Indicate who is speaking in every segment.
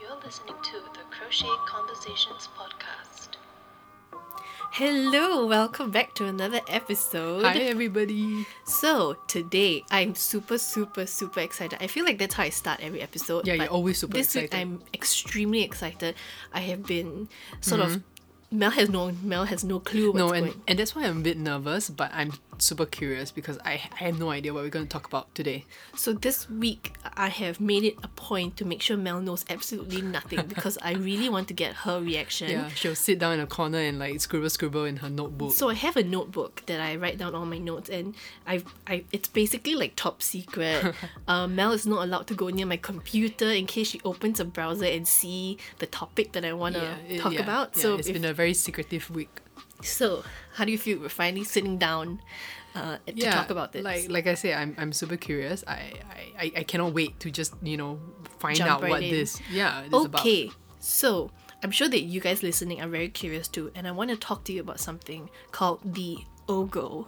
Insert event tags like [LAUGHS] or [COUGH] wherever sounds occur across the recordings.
Speaker 1: You're listening to the Crochet Conversations podcast.
Speaker 2: Hello, welcome back to another episode.
Speaker 3: Hi everybody.
Speaker 2: So, today I'm super, super, super excited. I feel like that's how I start every episode.
Speaker 3: Yeah, you're
Speaker 2: but
Speaker 3: always super
Speaker 2: this
Speaker 3: excited.
Speaker 2: week I'm extremely excited. I have been sort of. Mel has no Mel has no clue what's
Speaker 3: Mm-hmm. no, and
Speaker 2: going.
Speaker 3: and that's why I'm a bit nervous, but I'm super curious because I I have no idea what we're going to talk about today.
Speaker 2: So this week I have made it a point to make sure Mel knows absolutely nothing because I really want to get her reaction.
Speaker 3: Yeah, she'll sit down in a corner and like scribble scribble in her notebook.
Speaker 2: So I have a notebook that I write down all my notes, and I, I it's basically like top
Speaker 3: [LAUGHS]
Speaker 2: secret. uh, Mel is not allowed to go near my computer in case she opens a browser and see the topic that I want to
Speaker 3: it-
Speaker 2: uh, talk
Speaker 3: yeah,
Speaker 2: about.
Speaker 3: yeah,
Speaker 2: so
Speaker 3: it's
Speaker 2: if-
Speaker 3: been a very secretive week.
Speaker 2: so how do you feel? We're finally sitting down uh, to talk about this.
Speaker 3: Like like I say, I'm I'm super curious. I I, I- I cannot wait to just you know find
Speaker 2: Jump
Speaker 3: out
Speaker 2: right
Speaker 3: what
Speaker 2: in.
Speaker 3: this yeah it is about.
Speaker 2: okay, so. I'm sure that you guys listening are very curious too, and I want to talk to you about something called the OGO.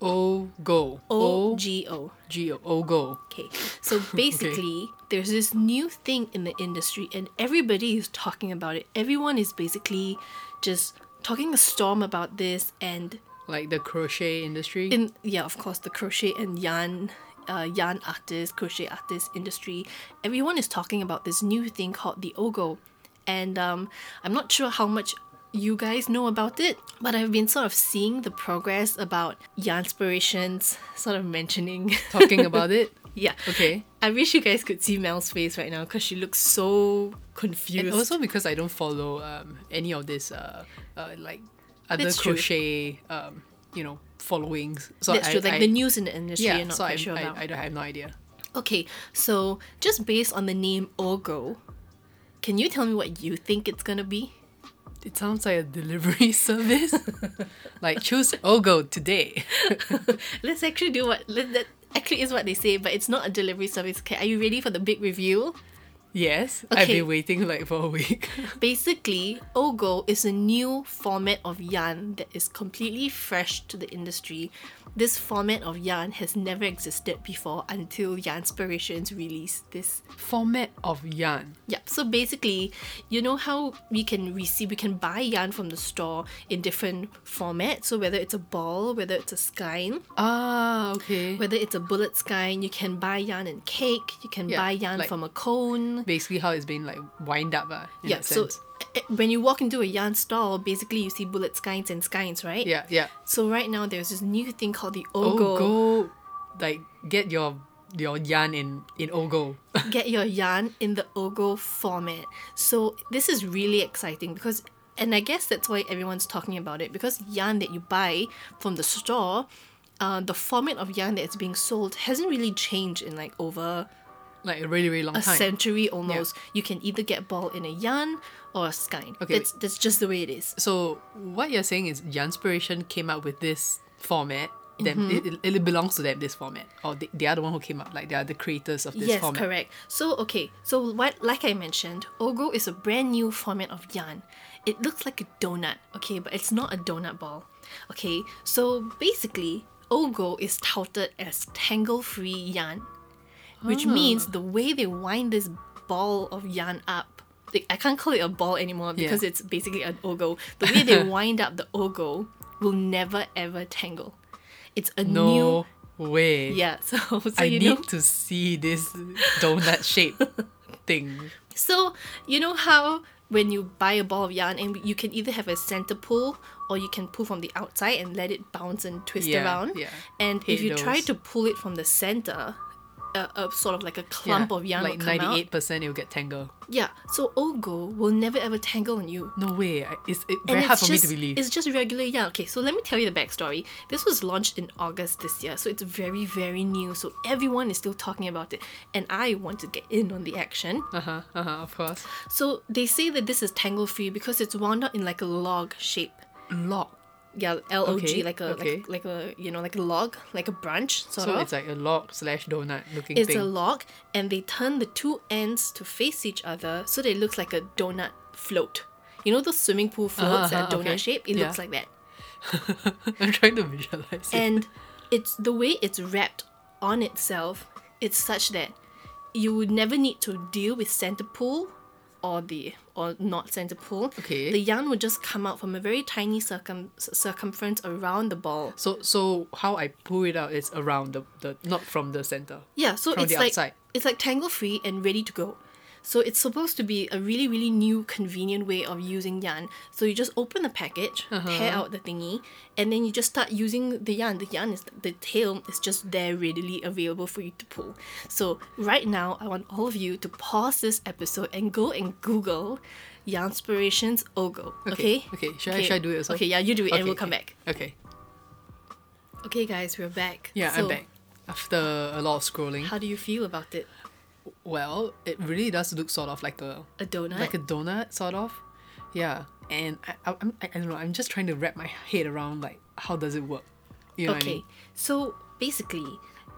Speaker 3: O go
Speaker 2: O G O.
Speaker 3: G O O go.
Speaker 2: Okay. So basically, there's this new thing in the industry, and everybody is talking about it. Everyone is basically just talking a storm about this, and
Speaker 3: Like the crochet industry.
Speaker 2: in yeah, of course, the crochet and yarn. Uh, yarn artist, crochet artist industry, everyone is talking about this new thing called the ogo, and um, I'm not sure how much you guys know about it, but I've been sort of seeing the progress about yarnspirations, sort of mentioning, [LAUGHS]
Speaker 3: talking about it.
Speaker 2: yeah,
Speaker 3: Okay.
Speaker 2: I wish you guys could see Mel's face right now because she looks so confused.
Speaker 3: And also because I don't follow um, any of this uh, uh, like other
Speaker 2: That's true.
Speaker 3: crochet um, you know followings. So
Speaker 2: that's
Speaker 3: I,
Speaker 2: true. Like
Speaker 3: I-
Speaker 2: the news in the industry,
Speaker 3: yeah.
Speaker 2: you're not
Speaker 3: so
Speaker 2: quite
Speaker 3: I,
Speaker 2: sure
Speaker 3: I,
Speaker 2: about.
Speaker 3: I, don't- I have no idea.
Speaker 2: okay, so just based on the name Ogo, can you tell me what you think it's gonna be?
Speaker 3: It sounds like a delivery [LAUGHS] service. like choose Ogo today. [LAUGHS]
Speaker 2: Let's actually do what let, that actually is what they say, but it's not a delivery service. Okay, are you ready for the big reveal?
Speaker 3: Yes, I've
Speaker 2: Okay.
Speaker 3: been waiting like for a week. [LAUGHS]
Speaker 2: Basically, Ogo is a new format of yarn that is completely fresh to the industry. This format of yarn has never existed before until Yarnspirations released this.
Speaker 3: Format of yarn.
Speaker 2: Yeah, so basically, you know how we can receive, we can buy yarn from the store in different formats. So whether it's a ball, whether it's a skein,
Speaker 3: Ah, okay.
Speaker 2: whether it's a bullet skein, you can buy yarn in cake, you can
Speaker 3: Yeah,
Speaker 2: buy yarn
Speaker 3: like-
Speaker 2: from a cone.
Speaker 3: Basically, how it's been like wind up. Uh, in
Speaker 2: yeah
Speaker 3: that
Speaker 2: so
Speaker 3: sense.
Speaker 2: eh, eh, when you walk into a yarn store basically you see bullet skeins and skeins right
Speaker 3: yeah, Oh, yeah.
Speaker 2: so right now there's this new thing called the ogo,
Speaker 3: Ogo, like get your your yarn in in Ogo.
Speaker 2: get your yarn in the ogo format so this is really exciting because and i guess that's why everyone's talking about it because yarn that you buy from the store uh, the format of yarn that's being sold hasn't really changed in like over
Speaker 3: like a really really long
Speaker 2: a
Speaker 3: time.
Speaker 2: century almost. You can either get ball in a yarn or a skein.
Speaker 3: Okay,
Speaker 2: that's that's just the way it is.
Speaker 3: So what you're saying is Janspiration came up with this format. Them,
Speaker 2: Mm-hmm.
Speaker 3: it- it, it belongs to them. This format, or they, they are the one who came up. Like they are the creators of this
Speaker 2: yes,
Speaker 3: format.
Speaker 2: correct. So okay, so what like I mentioned, Ogo is a brand new format of yarn. It looks like a donut, okay, but it's not a donut ball. Okay, so basically, Ogo is touted as tangle-free yarn, which
Speaker 3: Ah.
Speaker 2: means the way they wind this ball of yarn up. Like, I can't call it a ball anymore because it's basically an ogo. The way
Speaker 3: [LAUGHS]
Speaker 2: they wind up the ogo will never ever tangle. It's a new
Speaker 3: No way.
Speaker 2: yeah. [LAUGHS] So, so
Speaker 3: I
Speaker 2: you
Speaker 3: need
Speaker 2: know,
Speaker 3: to see this donut
Speaker 2: [LAUGHS]
Speaker 3: shape thing.
Speaker 2: So, you know how when you buy a ball of yarn and you can either have a center pull or you can pull from the outside and let it bounce and twist
Speaker 3: Yeah,
Speaker 2: around.
Speaker 3: yeah.
Speaker 2: And if
Speaker 3: Hate
Speaker 2: you try
Speaker 3: those.
Speaker 2: to pull it from the center, a, a sort of like a clump of yarn
Speaker 3: like
Speaker 2: will come out.
Speaker 3: ninety-eight percent, it'll get tangled.
Speaker 2: Yeah. So Ogo will never ever tangle on you.
Speaker 3: No way. I- It's it,
Speaker 2: And
Speaker 3: very hard
Speaker 2: it's
Speaker 3: for
Speaker 2: just,
Speaker 3: me to believe.
Speaker 2: It's just regular yarn. Okay, so let me tell you the backstory. This was launched in August this year, so it's very, very new. So everyone is still talking about it. And I want to get in on the action.
Speaker 3: Uh huh. Uh huh. Of course.
Speaker 2: So they say that this is tangle free because it's wound up in like a log shape.
Speaker 3: Log.
Speaker 2: Yeah, L O G,
Speaker 3: Okay,
Speaker 2: like a
Speaker 3: okay.
Speaker 2: like, like a you know like a log, like a branch sort
Speaker 3: So
Speaker 2: of.
Speaker 3: it's like a log slash donut looking
Speaker 2: It's
Speaker 3: thing.
Speaker 2: a log, and they turn the two ends to face each other, so that it looks like a donut float. You know those swimming pool floats that are
Speaker 3: Uh-huh,
Speaker 2: donut
Speaker 3: okay.
Speaker 2: shape. It
Speaker 3: Yeah.
Speaker 2: looks like that,
Speaker 3: [LAUGHS] I'm trying to visualize it.
Speaker 2: [LAUGHS] and it's the way it's wrapped on itself. It's such that you would never need to deal with center pull or the or not center pole.
Speaker 3: Okay.
Speaker 2: The yarn would just come out from a very tiny circum c- circumference around the ball.
Speaker 3: So so how I pull it out is around the, the not from the center.
Speaker 2: Yeah, so
Speaker 3: From
Speaker 2: it's
Speaker 3: the
Speaker 2: like
Speaker 3: outside.
Speaker 2: it's like tangle free and ready to go. So it's supposed to be a really really new convenient way of using yarn. So you just open the package,
Speaker 3: Uh-huh.
Speaker 2: tear out the thingy, and then you just start using the yarn. The yarn is the tail is just there readily available for you to pull. So right now I want all of you to pause this episode and go and Google Yarnspirations Ogo. Okay.
Speaker 3: Okay. Should I should I do it also?
Speaker 2: Okay, yeah, you do it
Speaker 3: Okay,
Speaker 2: and we'll come
Speaker 3: okay.
Speaker 2: back.
Speaker 3: Okay.
Speaker 2: Okay guys, we're back.
Speaker 3: Yeah, I'm
Speaker 2: So,
Speaker 3: back. After a lot of scrolling.
Speaker 2: How do you feel about it?
Speaker 3: Well, it really does look sort of like a
Speaker 2: A donut?
Speaker 3: like a donut sort of yeah and I, I, I'm- I, I don't know i'm just trying to wrap my head around like how does it work you know what I
Speaker 2: Okay,
Speaker 3: mean? [LAUGHS]
Speaker 2: so basically,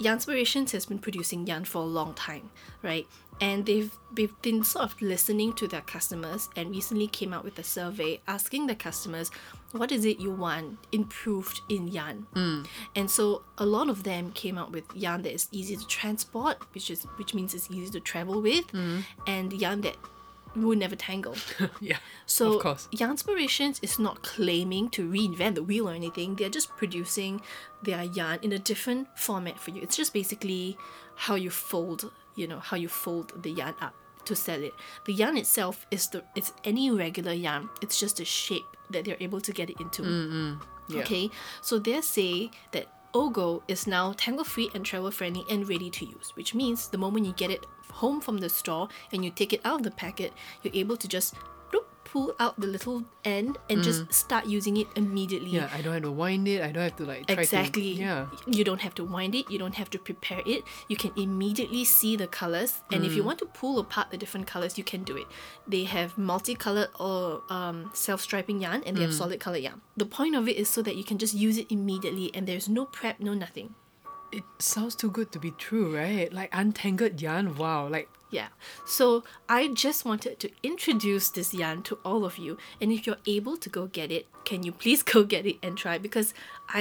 Speaker 2: Yarnspirations has been producing yarn for a long time, right? And they've they've been sort of listening to their customers and recently came out with a survey asking the customers, what is it you want improved in yarn?
Speaker 3: Hmm.
Speaker 2: And so a lot of them came out with yarn that is easy to transport, which is which means it's easy to travel with,
Speaker 3: Hmm.
Speaker 2: and yarn that will never tangle.
Speaker 3: yeah
Speaker 2: So
Speaker 3: of course
Speaker 2: Yarnspirations is not claiming to reinvent the wheel or anything. They're just producing their yarn in a different format for you. It's just basically how you fold, you know, how you fold the yarn up to sell it. The yarn itself is the it's any regular yarn. It's just the shape that they're able to get it into.
Speaker 3: yeah.
Speaker 2: Okay, so they say that Ogo is now tangle free and travel friendly and ready to use, which means the moment you get it home from the store and you take it out of the packet, you're able to just bloop, pull out the little end and just start using it immediately.
Speaker 3: Mm. yeah i don't have to wind it i don't have to like try
Speaker 2: Exactly.
Speaker 3: to, yeah
Speaker 2: You don't have to wind it. You don't have to prepare it. You can immediately see the colors, and if you want to pull apart the different colors, you can do it. They have multicolored or um, self-striping yarn, and they have solid color yarn. The point of it is so that you can just use it immediately, and there's no prep, no nothing.
Speaker 3: it sounds too good to be true right like untangled yarn wow like
Speaker 2: Yeah. So I just wanted to introduce this yarn to all of you. And if you're able to go get it, can you please [LAUGHS] go get it and try? Because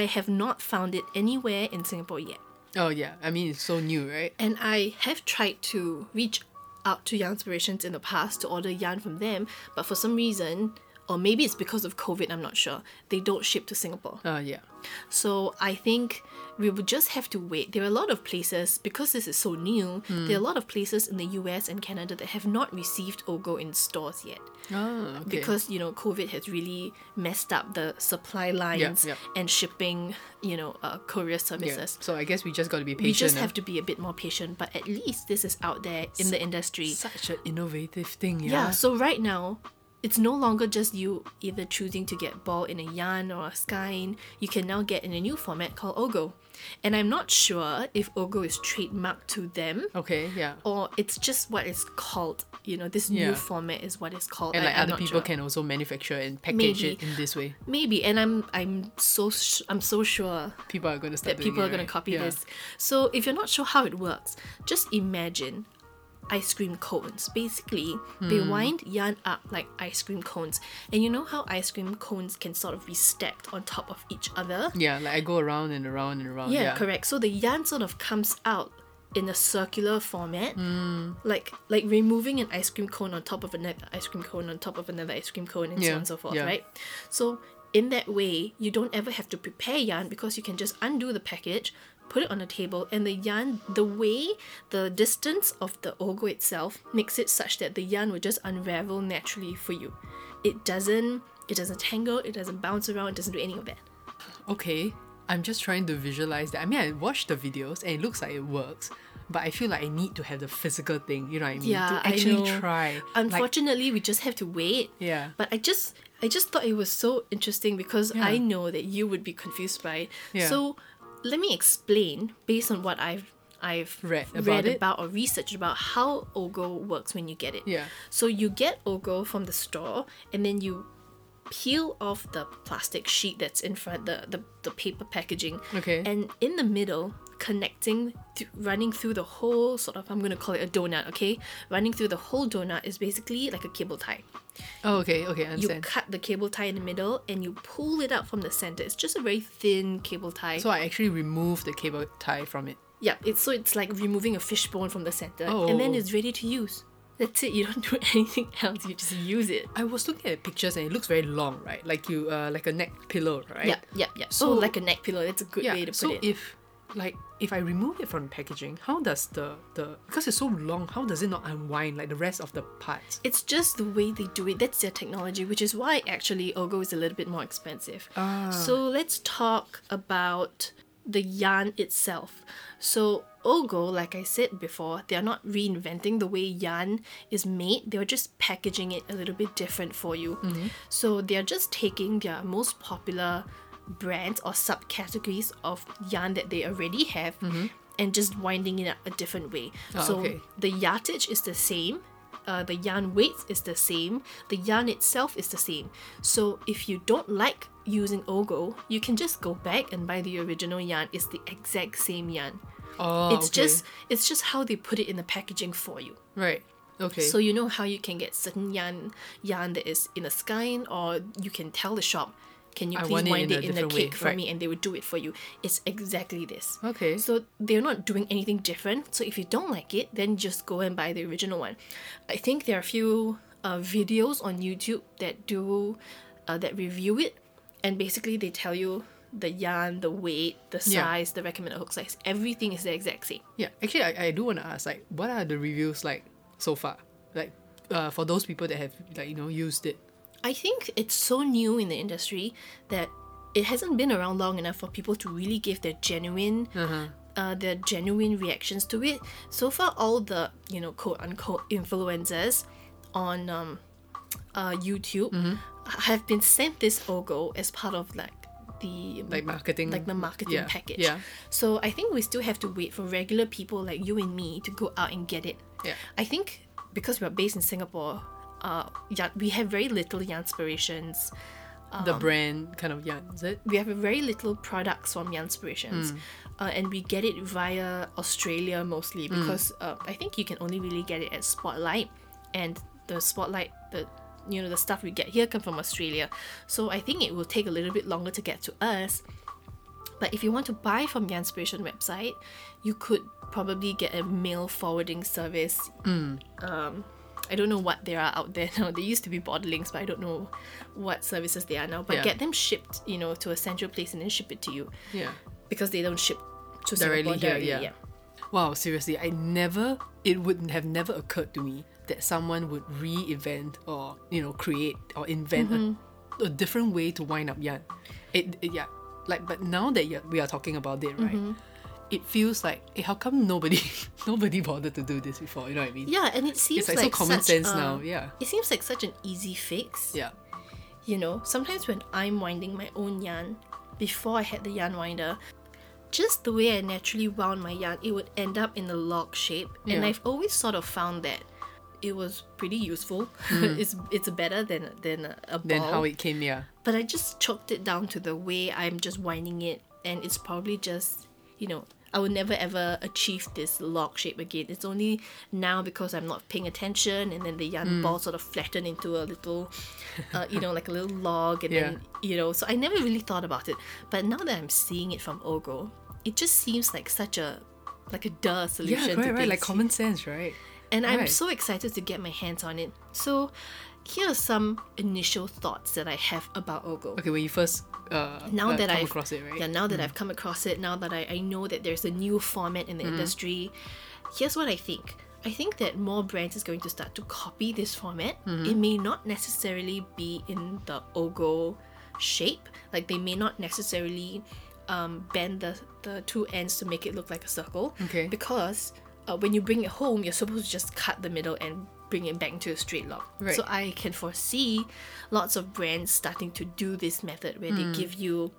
Speaker 2: I have not found it anywhere in Singapore yet.
Speaker 3: oh yeah i mean it's so new right
Speaker 2: And I have tried to reach out to Yarnspirations in the past to order yarn from them, but for some reason, or maybe it's because of COVID, I'm not sure, they don't ship to Singapore.
Speaker 3: oh yeah
Speaker 2: So I think we would just have to wait. There are a lot of places, because this is so new,
Speaker 3: Hmm.
Speaker 2: there are a lot of places in the US and Canada that have not received Ogo in stores yet
Speaker 3: oh okay.
Speaker 2: because you know COVID has really messed up the supply lines
Speaker 3: yeah.
Speaker 2: and shipping, you know, uh, courier
Speaker 3: yeah.
Speaker 2: services.
Speaker 3: so i guess we just got to be patient
Speaker 2: We just
Speaker 3: ah.
Speaker 2: have to be a bit more patient, but at least this is out there in the industry.
Speaker 3: such an innovative thing yeah,
Speaker 2: Yeah, so right now, it's no longer just you either choosing to get ball in a yarn or a skein. You can now get in a new format called Ogo. And I'm not sure if Ogo is trademarked to them
Speaker 3: okay yeah
Speaker 2: or it's just what it's called. You know, this
Speaker 3: Yeah.
Speaker 2: new format is what it's called.
Speaker 3: and
Speaker 2: I-
Speaker 3: like
Speaker 2: I'm
Speaker 3: other
Speaker 2: not
Speaker 3: people
Speaker 2: sure.
Speaker 3: can also manufacture and package
Speaker 2: Maybe.
Speaker 3: it in this way
Speaker 2: Maybe, and I'm I'm so sh- I'm so sure
Speaker 3: people are going to start
Speaker 2: that people
Speaker 3: doing
Speaker 2: are going
Speaker 3: it, right?
Speaker 2: to copy
Speaker 3: Yeah.
Speaker 2: this. So if you're not sure how it works, just imagine ice cream cones. Basically, they wind yarn up like ice cream cones. And you know how ice cream cones can sort of be stacked on top of each other?
Speaker 3: Yeah, like I go around and around and around.
Speaker 2: Yeah, correct. So the yarn sort of comes out in a circular format,
Speaker 3: Mm.
Speaker 2: like like removing an ice cream cone on top of another ice cream cone on top of another ice cream cone, and so
Speaker 3: Yeah,
Speaker 2: on and so forth,
Speaker 3: yeah.
Speaker 2: right? So in that way, you don't ever have to prepare yarn because you can just undo the package, put it on a table, and the yarn, the way the distance of the ogo itself makes it such that the yarn will just unravel naturally for you. It doesn't. It doesn't tangle. It doesn't bounce around. It doesn't do any of that.
Speaker 3: Okay, I'm just trying to visualize that. I mean, I watch the videos and it looks like it works, but I feel like I need to have the physical thing. You know what I mean?
Speaker 2: Yeah,
Speaker 3: to
Speaker 2: I
Speaker 3: actually
Speaker 2: know.
Speaker 3: try. like,
Speaker 2: Unfortunately, we just have to wait.
Speaker 3: Yeah.
Speaker 2: But I just I just thought it was so interesting because I know that you would be confused by it.
Speaker 3: Yeah.
Speaker 2: So let me explain based on what I've I've
Speaker 3: Read about it?
Speaker 2: about or researched about how Ogo works when you get it.
Speaker 3: Yeah.
Speaker 2: So you get Ogo from the store and then you peel off the plastic sheet that's in front the the, the paper packaging
Speaker 3: Okay.
Speaker 2: and in the middle connecting th- running through the whole sort of i'm gonna call it a donut okay running through the whole donut is basically like a cable tie
Speaker 3: oh, okay, okay, I
Speaker 2: you
Speaker 3: understand.
Speaker 2: cut the cable tie in the middle and you pull it out from the center it's just a very thin cable tie
Speaker 3: so I actually remove the cable tie from it.
Speaker 2: yeah it's so it's like removing a fishbone from the center
Speaker 3: Oh.
Speaker 2: and then it's ready to use That's it. You don't [LAUGHS] do anything else. You just use it.
Speaker 3: I was looking at pictures and it looks very long, right? Like you, uh, like a neck pillow, right?
Speaker 2: Yeah, yeah, yeah. So
Speaker 3: So-
Speaker 2: like a neck pillow. That's a good
Speaker 3: Yeah.
Speaker 2: way to put
Speaker 3: so
Speaker 2: it.
Speaker 3: if, like, if I remove it from packaging, how does the the because it's so long, how does it not unwind like the rest of the parts?
Speaker 2: It's just the way they do it. That's their technology, which is why actually Ogo is a little bit more expensive. So let's talk about the yarn itself. So Ogo, like I said before, they are not reinventing the way yarn is made. They're just packaging it a little bit different for you. So they're just taking their most popular brands or subcategories of yarn that they already have and just winding it up a different way. so
Speaker 3: okay.
Speaker 2: the yardage is the same uh, the yarn weight is the same the yarn itself is the same so if you don't like using ogo you can just go back and buy the original yarn it's the exact same yarn
Speaker 3: Oh,
Speaker 2: it's
Speaker 3: okay.
Speaker 2: just it's just how they put it in the packaging for you
Speaker 3: right. Okay.
Speaker 2: so you know how you can get certain yarn yarn that is in a skein or you can tell the shop can you
Speaker 3: I
Speaker 2: please
Speaker 3: want it
Speaker 2: wind
Speaker 3: in
Speaker 2: it
Speaker 3: a
Speaker 2: in a
Speaker 3: different way,"
Speaker 2: cake for
Speaker 3: right.
Speaker 2: me and they would do it for you it's exactly this
Speaker 3: okay.
Speaker 2: so they're not doing anything different. So if you don't like it, then just go and buy the original one. I think there are a few uh, videos on YouTube that do uh, that review it, and basically they tell you the yarn, the weight, the
Speaker 3: Yeah.
Speaker 2: size, the recommended hook size. Everything is the exact same.
Speaker 3: Yeah, actually, I, I do want to ask, like, what are the reviews like so far? Like, uh, for those people that have, like, you know, used it.
Speaker 2: I think it's so new in the industry that it hasn't been around long enough for people to really give their genuine uh, their genuine reactions to it. So far, all the you know quote unquote influencers on um, uh, YouTube have been sent this logo as part of like the
Speaker 3: Like marketing-
Speaker 2: like the marketing
Speaker 3: yeah,
Speaker 2: package.
Speaker 3: yeah.
Speaker 2: So I think we still have to wait for regular people like you and me to go out and get it.
Speaker 3: Yeah.
Speaker 2: I think because we're based in Singapore, uh, yarn, we have very little Yarnspirations.
Speaker 3: the brand kind of yarn, is it?
Speaker 2: We have very little products from Yarnspirations. Uh, and we get it via Australia mostly because uh, I think you can only really get it at Spotlight. And the Spotlight, the you know, the stuff we get here come from Australia. So I think it will take a little bit longer to get to us. But if you want to buy from the Inspiration website, you could probably get a mail forwarding service. Um, I don't know what there are out there [LAUGHS] now. There used to be Borderlinks, but I don't know what services they are now. But
Speaker 3: Yeah.
Speaker 2: get them shipped, you know, to a central place and then ship it to you
Speaker 3: Yeah.
Speaker 2: because they don't ship to
Speaker 3: Directly
Speaker 2: Singapore
Speaker 3: here,
Speaker 2: directly.
Speaker 3: yeah. Wow, seriously, I never, it would have never occurred to me that someone would reinvent or, you know, create or invent
Speaker 2: Mm-hmm.
Speaker 3: a, a different way to wind up yarn. It, it- yeah, like, but now that you we are talking about it, right?
Speaker 2: Mm-hmm.
Speaker 3: It feels like, eh, how come nobody, [LAUGHS] nobody bothered to do this before? You know what I mean?
Speaker 2: Yeah, and it seems
Speaker 3: It's like, so common
Speaker 2: such,
Speaker 3: sense
Speaker 2: um,
Speaker 3: now. Yeah.
Speaker 2: It seems like such an easy fix.
Speaker 3: Yeah.
Speaker 2: You know, sometimes when I'm winding my own yarn, before I had the yarn winder, just the way I naturally wound my yarn, it would end up in a log shape. And
Speaker 3: Yeah.
Speaker 2: I've always sort of found that it was pretty useful. [LAUGHS] it's it's better than than a, a ball.
Speaker 3: Then Hmm. how it came, yeah.
Speaker 2: but I just chalked it down to the way I'm just winding it, and it's probably just, you know, I will never ever achieve this log shape again. It's only now because I'm not paying attention, and then the yarn
Speaker 3: Hmm.
Speaker 2: ball sort of flattened into a little, uh, you know, like a little log, and
Speaker 3: [LAUGHS]
Speaker 2: then you know. So I never really thought about it, but now that I'm seeing it from Ogo, it just seems like such a, like a duh solution.
Speaker 3: Yeah,
Speaker 2: to
Speaker 3: correct, right? Like
Speaker 2: things.
Speaker 3: common sense, right?
Speaker 2: And I'm
Speaker 3: Right.
Speaker 2: so excited to get my hands on it. So, here are some initial thoughts that I have about Ogo.
Speaker 3: Okay, when you first uh,
Speaker 2: now
Speaker 3: uh,
Speaker 2: that
Speaker 3: come
Speaker 2: I've
Speaker 3: across it, right? Hmm.
Speaker 2: Yeah, now that I've come across it, now that I, I know that there's a new format in the
Speaker 3: Hmm.
Speaker 2: industry, here's what I think. I think that more brands is going to start to copy this format.
Speaker 3: Hmm.
Speaker 2: It may not necessarily be in the ogo shape. Like they may not necessarily um, bend the, the two ends to make it look like a circle.
Speaker 3: Okay.
Speaker 2: Because uh, when you bring it home, you're supposed to just cut the middle and bring it back into a straight log.
Speaker 3: Right.
Speaker 2: So I can foresee lots of brands starting to do this method where they give you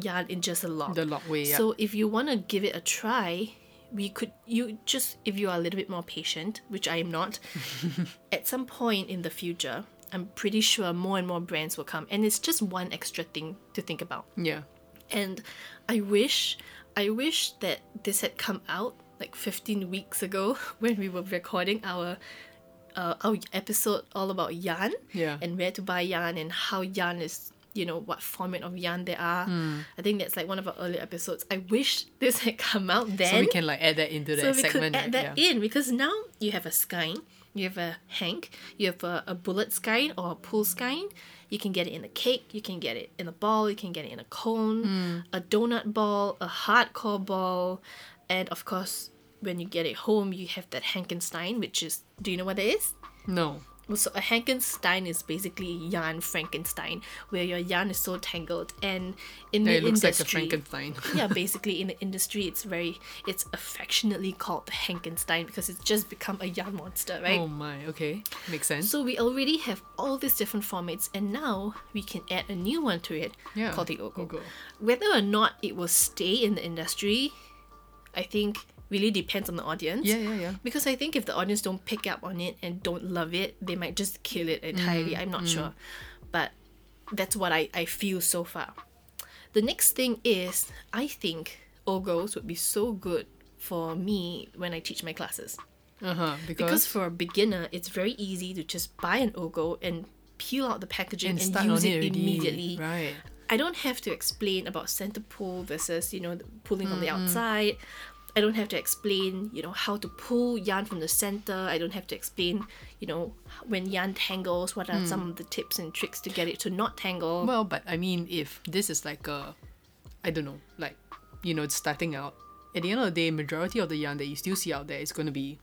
Speaker 2: yarn in just a log.
Speaker 3: Hmm. The log way, yeah.
Speaker 2: So if you want to give it a try, we could you just if you are a little bit more patient, which I am
Speaker 3: [LAUGHS]
Speaker 2: not, at some point in the future, I'm pretty sure more and more brands will come and it's just one extra thing to think about
Speaker 3: yeah.
Speaker 2: and i wish i wish that this had come out like 15 weeks ago [LAUGHS] when we were recording our uh, our episode all about yarn
Speaker 3: Yeah.
Speaker 2: and where to buy yarn and how yarn is you know what format of yarn there are i think that's like one of our earlier episodes i wish this had come out then
Speaker 3: So we can like add that into the
Speaker 2: so we could
Speaker 3: segment.
Speaker 2: add
Speaker 3: right?
Speaker 2: that
Speaker 3: yeah.
Speaker 2: in because now you have a skein You have a hank, you have a, a bullet skein or a pool skein. You can get it in a cake, you can get it in a ball, you can get it in a cone,
Speaker 3: Hmm.
Speaker 2: a donut ball, a hardcore ball, and of course, when you get it home, you have that Hankenstein, which is do you know what it is?
Speaker 3: No.
Speaker 2: Well, So a Hankenstein is basically yarn Frankenstein, where your yarn is so tangled, and in
Speaker 3: Yeah,
Speaker 2: the
Speaker 3: it looks like a
Speaker 2: industry,
Speaker 3: Frankenstein. [LAUGHS]
Speaker 2: [LAUGHS] yeah, basically in the industry, it's very, it's affectionately called the Hankenstein because it's just become a yarn monster, right?
Speaker 3: Oh my, okay. Makes sense.
Speaker 2: So we already have all these different formats, and now we can add a new one to it
Speaker 3: Yeah,
Speaker 2: called the Ogo.
Speaker 3: Ogo.
Speaker 2: Whether or not it will stay in the industry, I think really depends on the audience.
Speaker 3: Yeah, yeah, yeah.
Speaker 2: Because I think if the audience don't pick up on it and don't love it, they might just kill it entirely.
Speaker 3: Mm,
Speaker 2: I'm not sure. But that's what I, I feel so far. The next thing is, I think Ogos would be so good for me when I teach my classes.
Speaker 3: Uh huh. Because,
Speaker 2: Because for a beginner, it's very easy to just buy an Ogo and peel out the packaging
Speaker 3: and
Speaker 2: and,
Speaker 3: start
Speaker 2: use it
Speaker 3: on it, already.
Speaker 2: immediately.
Speaker 3: Right.
Speaker 2: I don't have to explain about center pull versus, you know, the pulling on the
Speaker 3: Mm-hmm.
Speaker 2: outside. I don't have to explain, you know, how to pull yarn from the center. I don't have to explain, you know, when yarn tangles, what are some of the tips and tricks to get it to not tangle.
Speaker 3: Mm. Well, but I mean, if this is like a, I don't know, like, you know, it's starting out, at the end of the day, majority of the yarn that you still see out there is going to be,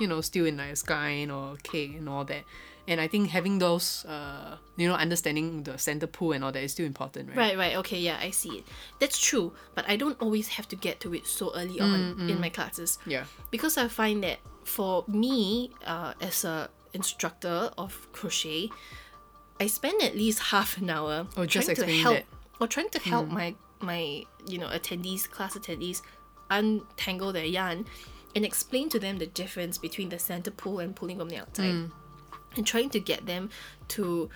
Speaker 3: you know, still in like a skein or cake and all that. And I think having those, uh, you know, understanding the center pull and all that is still important, right?
Speaker 2: Right, right. Okay, yeah, I see it. That's true, but I don't always have to get to it so early on in my classes.
Speaker 3: Yeah.
Speaker 2: because I find that for me uh, as a instructor of crochet, I spend at least half an hour
Speaker 3: Oh,
Speaker 2: trying
Speaker 3: just
Speaker 2: to
Speaker 3: explaining
Speaker 2: help
Speaker 3: that. Mm.
Speaker 2: or trying to help my my you know attendees class attendees untangle their yarn and explain to them the difference between the center pull and pulling from the outside
Speaker 3: Mm.
Speaker 2: and trying to get them to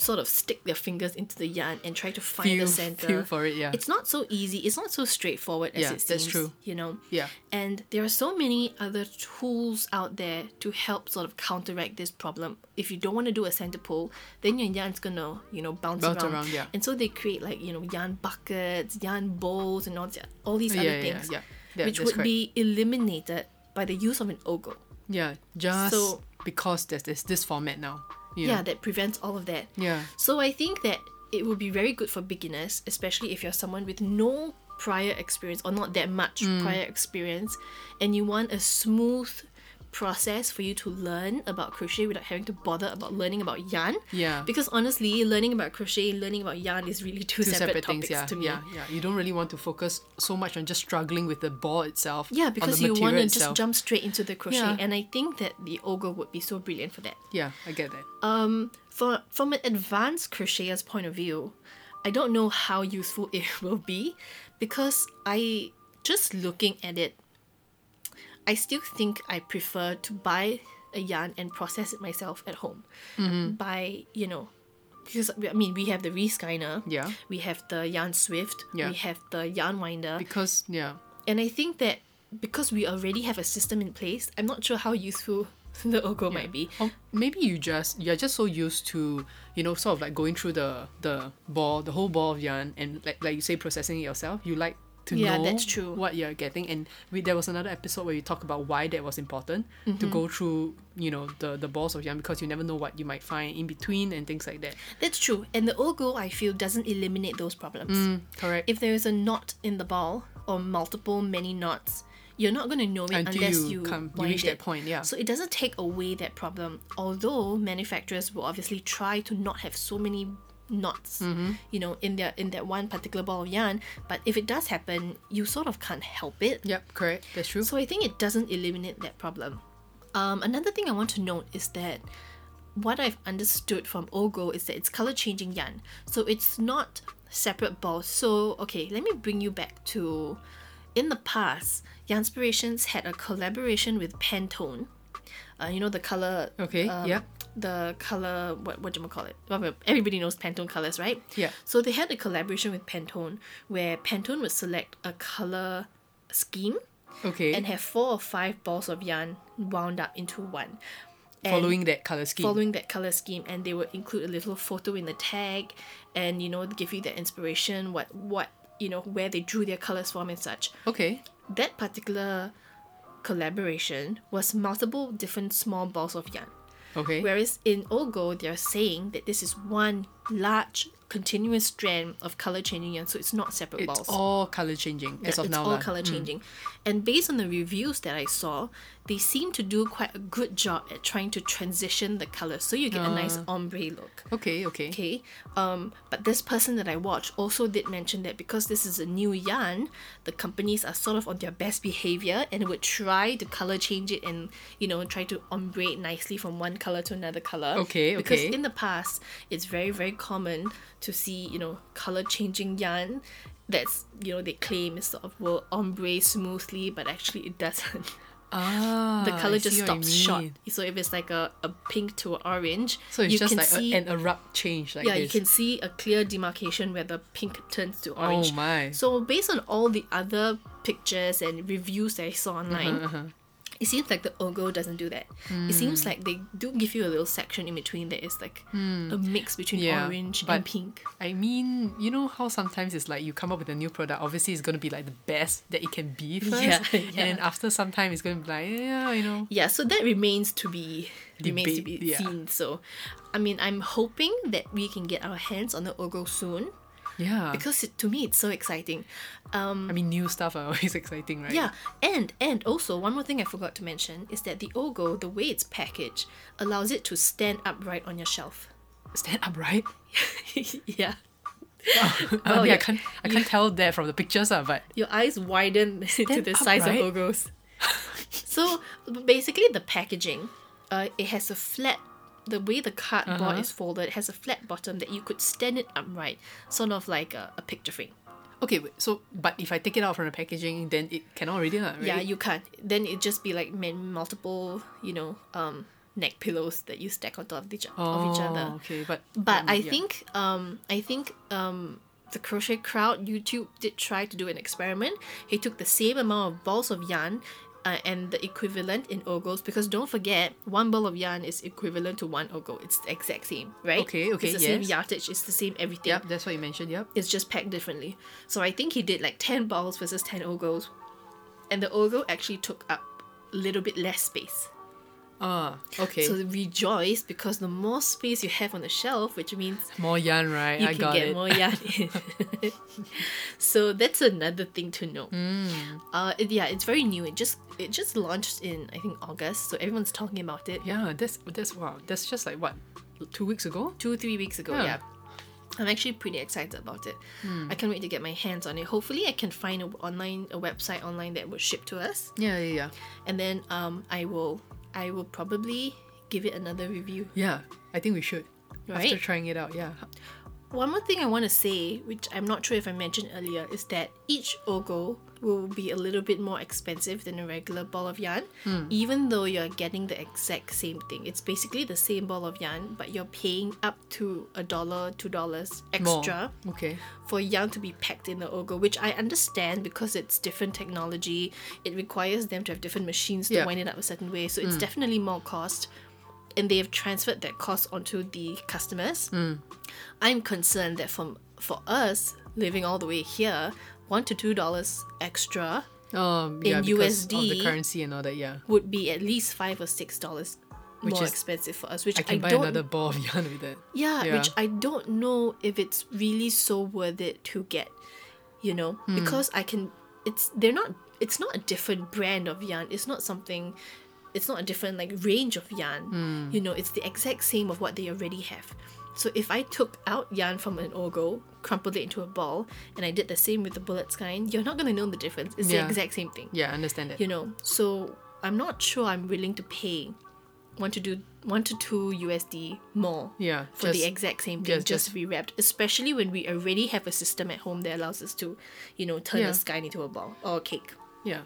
Speaker 2: sort of stick their fingers into the yarn and try to find
Speaker 3: Feel-
Speaker 2: the center
Speaker 3: feel for it, yeah.
Speaker 2: it's not so easy it's not so straightforward as
Speaker 3: Yeah,
Speaker 2: it seems
Speaker 3: that's true.
Speaker 2: you know
Speaker 3: Yeah.
Speaker 2: and there are so many other tools out there to help sort of counteract this problem. If you don't want to do a center pull, then your yarn's gonna, you know, bounce,
Speaker 3: Bounce
Speaker 2: around.
Speaker 3: around, yeah.
Speaker 2: And so they create like, you know, yarn buckets, yarn bowls, and all, the, all these
Speaker 3: Yeah,
Speaker 2: other
Speaker 3: yeah,
Speaker 2: things,
Speaker 3: yeah. Yeah,
Speaker 2: which
Speaker 3: that's
Speaker 2: would
Speaker 3: correct.
Speaker 2: be eliminated by the use of an ogo.
Speaker 3: Yeah. Just
Speaker 2: So-
Speaker 3: because there's, there's this format now. You
Speaker 2: yeah
Speaker 3: know?
Speaker 2: that prevents all of that
Speaker 3: Yeah.
Speaker 2: so i think that it would be very good for beginners especially if you're someone with no prior experience or not that much
Speaker 3: Mm.
Speaker 2: prior experience and you want a smooth process for you to learn about crochet without having to bother about learning about yarn
Speaker 3: Yeah.
Speaker 2: because honestly learning about crochet and learning about yarn is really two,
Speaker 3: Two
Speaker 2: separate,
Speaker 3: separate,
Speaker 2: topics
Speaker 3: things, yeah,
Speaker 2: to me
Speaker 3: yeah, yeah. You don't really want to focus so much on just struggling with the ball itself.
Speaker 2: Yeah,
Speaker 3: on the
Speaker 2: because you
Speaker 3: material
Speaker 2: want to
Speaker 3: itself.
Speaker 2: just jump straight into the crochet
Speaker 3: Yeah.
Speaker 2: and i think that the ogo would be so brilliant for that
Speaker 3: Yeah, I get that.
Speaker 2: for from an advanced crocheter's point of view, I don't know how useful [LAUGHS] it will be because I just looking at it, I still think I prefer to buy a yarn and process it myself at home
Speaker 3: Mm-hmm.
Speaker 2: by you know because I mean we have the reskiner,
Speaker 3: Yeah.
Speaker 2: we have the yarn swift,
Speaker 3: Yeah.
Speaker 2: we have the yarn winder,
Speaker 3: Because yeah,
Speaker 2: and I think that because we already have a system in place, I'm not sure how useful [LAUGHS] the ogo might be.
Speaker 3: Or Oh, maybe you just you're just so used to you know sort of like going through the the ball the whole ball of yarn and like like you say processing it yourself you like to
Speaker 2: Yeah,
Speaker 3: know
Speaker 2: that's true.
Speaker 3: what you're getting and we, there was another episode where you talk about why that was important
Speaker 2: Mm-hmm.
Speaker 3: to go through you know the the balls of yarn because you never know what you might find in between and things like that
Speaker 2: That's true, and the ogo I feel doesn't eliminate those problems.
Speaker 3: Mm. correct
Speaker 2: if there is a knot in the ball or multiple many knots, you're not going to know it
Speaker 3: Until
Speaker 2: unless you,
Speaker 3: you come- you
Speaker 2: wind
Speaker 3: reach that
Speaker 2: it.
Speaker 3: point, yeah.
Speaker 2: So it doesn't take away that problem. Although manufacturers will obviously try to not have so many knots,
Speaker 3: Mm-hmm.
Speaker 2: you know, in their in that one particular ball of yarn. But if it does happen, you sort of can't help it.
Speaker 3: yep correct that's true
Speaker 2: So I think it doesn't eliminate that problem. Um, another thing I want to note is that what I've understood from Ogo is that it's color changing yarn. So it's not separate balls. So, okay, let me bring you back to in the past, Yarnspirations had a collaboration with Pantone. Uh, you know the color
Speaker 3: okay
Speaker 2: um,
Speaker 3: yeah
Speaker 2: the color what what do you call it? Well, well, everybody knows Pantone colors, right?
Speaker 3: Yeah.
Speaker 2: So they had a collaboration with Pantone where Pantone would select a color scheme
Speaker 3: okay
Speaker 2: and have four or five balls of yarn wound up into one. And
Speaker 3: following that color scheme
Speaker 2: following that color scheme, and they would include a little photo in the tag, and you know give you the inspiration what what you know where they drew their colors from and such.
Speaker 3: okay
Speaker 2: That particular collaboration was multiple different small balls of yarn.
Speaker 3: Okay.
Speaker 2: Whereas in Ogo, they're saying that this is one large continuous strand of color changing yarn, so it's not separate
Speaker 3: it's
Speaker 2: balls.
Speaker 3: all color changing as
Speaker 2: Yeah,
Speaker 3: of
Speaker 2: it's
Speaker 3: now.
Speaker 2: all
Speaker 3: lah. Mm.
Speaker 2: color changing. And based on the reviews that I saw, they seem to do quite a good job at trying to transition the colors so you get a nice
Speaker 3: Ah.
Speaker 2: ombre look.
Speaker 3: Okay, okay.
Speaker 2: Okay. Um, but this person that I watched also did mention that because this is a new yarn, the companies are sort of on their best behavior and would try to color change it and you know try to ombre it nicely from one color to another color.
Speaker 3: Okay,
Speaker 2: Because
Speaker 3: okay.
Speaker 2: in the past, it's very very common to see you know color changing yarn. That's you know they claim is sort of will ombre smoothly, but actually it doesn't. [LAUGHS]
Speaker 3: Ah,
Speaker 2: The color
Speaker 3: I
Speaker 2: just
Speaker 3: see what you
Speaker 2: stops short.
Speaker 3: mean.
Speaker 2: So if it's like a, a pink to an orange,
Speaker 3: So it's
Speaker 2: you
Speaker 3: just
Speaker 2: can
Speaker 3: like a-
Speaker 2: see
Speaker 3: an abrupt change like
Speaker 2: yeah,
Speaker 3: this.
Speaker 2: you can see a clear demarcation where the pink turns to orange.
Speaker 3: Oh my.
Speaker 2: So based on all the other pictures and reviews that I saw online,
Speaker 3: Uh-huh,
Speaker 2: it seems like the Ogo doesn't do that. It
Speaker 3: Hmm.
Speaker 2: seems like they do give you a little section in between that is like a mix between
Speaker 3: Yeah,
Speaker 2: orange and
Speaker 3: but-
Speaker 2: pink.
Speaker 3: I mean, you know how sometimes it's like you come up with a new product, obviously it's gonna be like the best that it can be first.
Speaker 2: Yeah,
Speaker 3: And
Speaker 2: yeah.
Speaker 3: then after some time it's gonna be like, yeah, you know.
Speaker 2: Yeah, so that remains to be remains to be
Speaker 3: Debate, yeah.
Speaker 2: seen. So, I mean, I'm hoping that we can get our hands on the Ogo soon
Speaker 3: Yeah.
Speaker 2: because it, to me it's so exciting. Um,
Speaker 3: I mean new stuff are [LAUGHS] always exciting, right?
Speaker 2: Yeah, and and also one more thing I forgot to mention is that the Ogo, the way it's packaged, allows it to stand upright on your shelf. [LAUGHS]
Speaker 3: Stand upright.
Speaker 2: yeah.
Speaker 3: [LAUGHS] I,
Speaker 2: yeah.
Speaker 3: mean, I can't I can't tell that from the pictures, uh, but
Speaker 2: Your eyes widen [LAUGHS] to
Speaker 3: Stand
Speaker 2: the size
Speaker 3: upright?
Speaker 2: of Ogos. [LAUGHS] so basically the packaging, uh, it has a flat the way the cardboard
Speaker 3: Uh-huh.
Speaker 2: is folded, it has a flat bottom that you could stand it upright, sort of like a, a picture frame.
Speaker 3: okay, wait, so but if I take it out from the packaging then it cannot already, lah, right?
Speaker 2: Yeah, you can't. Then it'd just be like man- multiple, you know, um, neck pillows that you stack on top of each, of each other.
Speaker 3: Oh, Okay, but
Speaker 2: But
Speaker 3: um,
Speaker 2: I
Speaker 3: yeah.
Speaker 2: think um I think um the crochet crowd YouTube did try to do an experiment. He took the same amount of balls of yarn uh, and the equivalent in ogos because don't forget one ball of yarn is equivalent to one ogo. It's the exact same, right?
Speaker 3: Okay, okay,
Speaker 2: It's the same
Speaker 3: yes.
Speaker 2: yardage. It's the same everything.
Speaker 3: Yep, that's what you mentioned, yep.
Speaker 2: It's just packed differently. So I think he did like ten balls versus ten ogos, and the ogo actually took up a little bit less space.
Speaker 3: Ah, okay.
Speaker 2: So rejoice because the more space you have on the shelf, which means
Speaker 3: more yarn, right?
Speaker 2: you
Speaker 3: I
Speaker 2: can
Speaker 3: got
Speaker 2: get
Speaker 3: it.
Speaker 2: more
Speaker 3: [LAUGHS]
Speaker 2: yarn in. so that's another thing to know.
Speaker 3: Hmm.
Speaker 2: Uh, it- yeah, it's very new. It just it just launched in I think August, so everyone's talking about it.
Speaker 3: Yeah, that's that's wow. That's just like what, two weeks ago?
Speaker 2: Two three weeks ago, yeah.
Speaker 3: Yeah.
Speaker 2: I'm actually pretty excited about it.
Speaker 3: Hmm.
Speaker 2: I can't wait to get my hands on it. Hopefully, I can find a online a website online that will ship to us,
Speaker 3: Yeah, yeah, yeah.
Speaker 2: and then um I will I will probably give it another review.
Speaker 3: Yeah, I think we should. After
Speaker 2: Right.
Speaker 3: trying it out, yeah.
Speaker 2: One more thing I want to say, which I'm not sure if I mentioned earlier, is that each ogo will be a little bit more expensive than a regular ball of yarn, even though you're getting the exact same thing. It's basically the same ball of yarn, but you're paying up to a dollar, two dollars
Speaker 3: More.
Speaker 2: extra
Speaker 3: Okay.
Speaker 2: for yarn to be packed in the ogo, which I understand because it's different technology. It requires them to have different machines to
Speaker 3: Yeah. Mm.
Speaker 2: wind it up a certain way, so it's definitely more cost. And they have transferred that cost onto the customers.
Speaker 3: Mm.
Speaker 2: I'm concerned that from for us living all the way here, one to two dollars extra
Speaker 3: Um, yeah,
Speaker 2: In
Speaker 3: because of
Speaker 2: USD,
Speaker 3: the currency and all that, yeah.
Speaker 2: would be at least five or six dollars
Speaker 3: Which
Speaker 2: more
Speaker 3: is-
Speaker 2: expensive for us. Which
Speaker 3: I can buy
Speaker 2: don't
Speaker 3: another ball of yarn with that.
Speaker 2: Yeah,
Speaker 3: Yeah.
Speaker 2: which I don't know if it's really so worth it to get, you know,
Speaker 3: Hmm.
Speaker 2: because I can. It's they're not. It's not a different brand of yarn. It's not something. It's not a different like range of yarn.
Speaker 3: Hmm.
Speaker 2: You know, it's the exact same of what they already have. So if I took out yarn from an ogo, crumpled it into a ball, and I did the same with the bullet's kind, you're not gonna know the difference. It's the
Speaker 3: Yeah.
Speaker 2: exact same thing
Speaker 3: Yeah, I understand that.
Speaker 2: you know so i'm not sure i'm willing to pay one to do one to two usd more
Speaker 3: Yeah,
Speaker 2: for the
Speaker 3: just-
Speaker 2: exact same thing
Speaker 3: yes,
Speaker 2: just
Speaker 3: just-
Speaker 2: rewrapped especially when we already have a system at home that allows us to you know turn
Speaker 3: Yeah.
Speaker 2: a sky into a ball or a cake
Speaker 3: Yeah.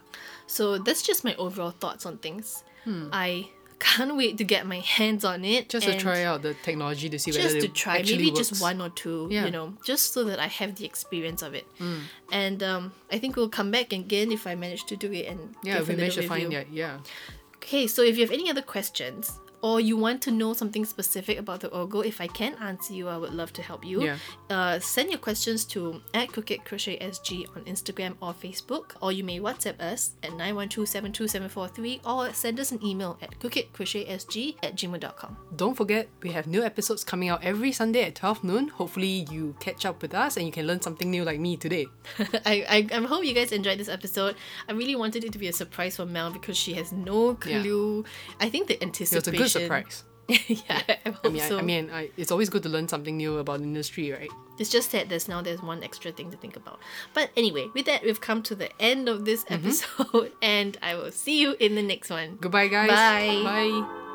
Speaker 2: so that's just my overall thoughts on things i can't wait to get my hands on it
Speaker 3: Hmm. Just
Speaker 2: and
Speaker 3: to try out the technology to see whether
Speaker 2: just
Speaker 3: it
Speaker 2: to try
Speaker 3: actually
Speaker 2: maybe
Speaker 3: works.
Speaker 2: just one or two
Speaker 3: Yeah. Hmm.
Speaker 2: you know just so that i have the experience of it and um, i think we'll come back again if i manage to do it and
Speaker 3: Yeah,
Speaker 2: give a little
Speaker 3: we managed to
Speaker 2: review.
Speaker 3: find it. Yeah.
Speaker 2: Okay, so if you have any other questions or you want to know something specific about the ogo, if I can answer you, I would love to help you.
Speaker 3: Yeah.
Speaker 2: Uh, send your questions to at Crooked Crochet SG on Instagram or Facebook, or you may WhatsApp us at 912-72743 or send us an email at crochetcrochetSG at gmail.com.
Speaker 3: Don't forget, we have new episodes coming out every Sunday at 12 noon. Hopefully, you catch up with us and you can learn something new like me today.
Speaker 2: [LAUGHS] I, I, I hope you guys enjoyed this episode. I really wanted it to be a surprise for Mel because she has no
Speaker 3: Yeah.
Speaker 2: clue. I think the
Speaker 3: It was a
Speaker 2: anticipation.
Speaker 3: good surprise.
Speaker 2: [LAUGHS] yeah, I hope
Speaker 3: I mean, I-
Speaker 2: so.
Speaker 3: I, mean I, it's always good to learn something new about the industry, right?
Speaker 2: It's just that there's now there's one extra thing to think about. But anyway, with that, we've come to the [LAUGHS] end of this episode, and I will see you in the next one.
Speaker 3: Goodbye, guys.
Speaker 2: Bye.
Speaker 3: Bye.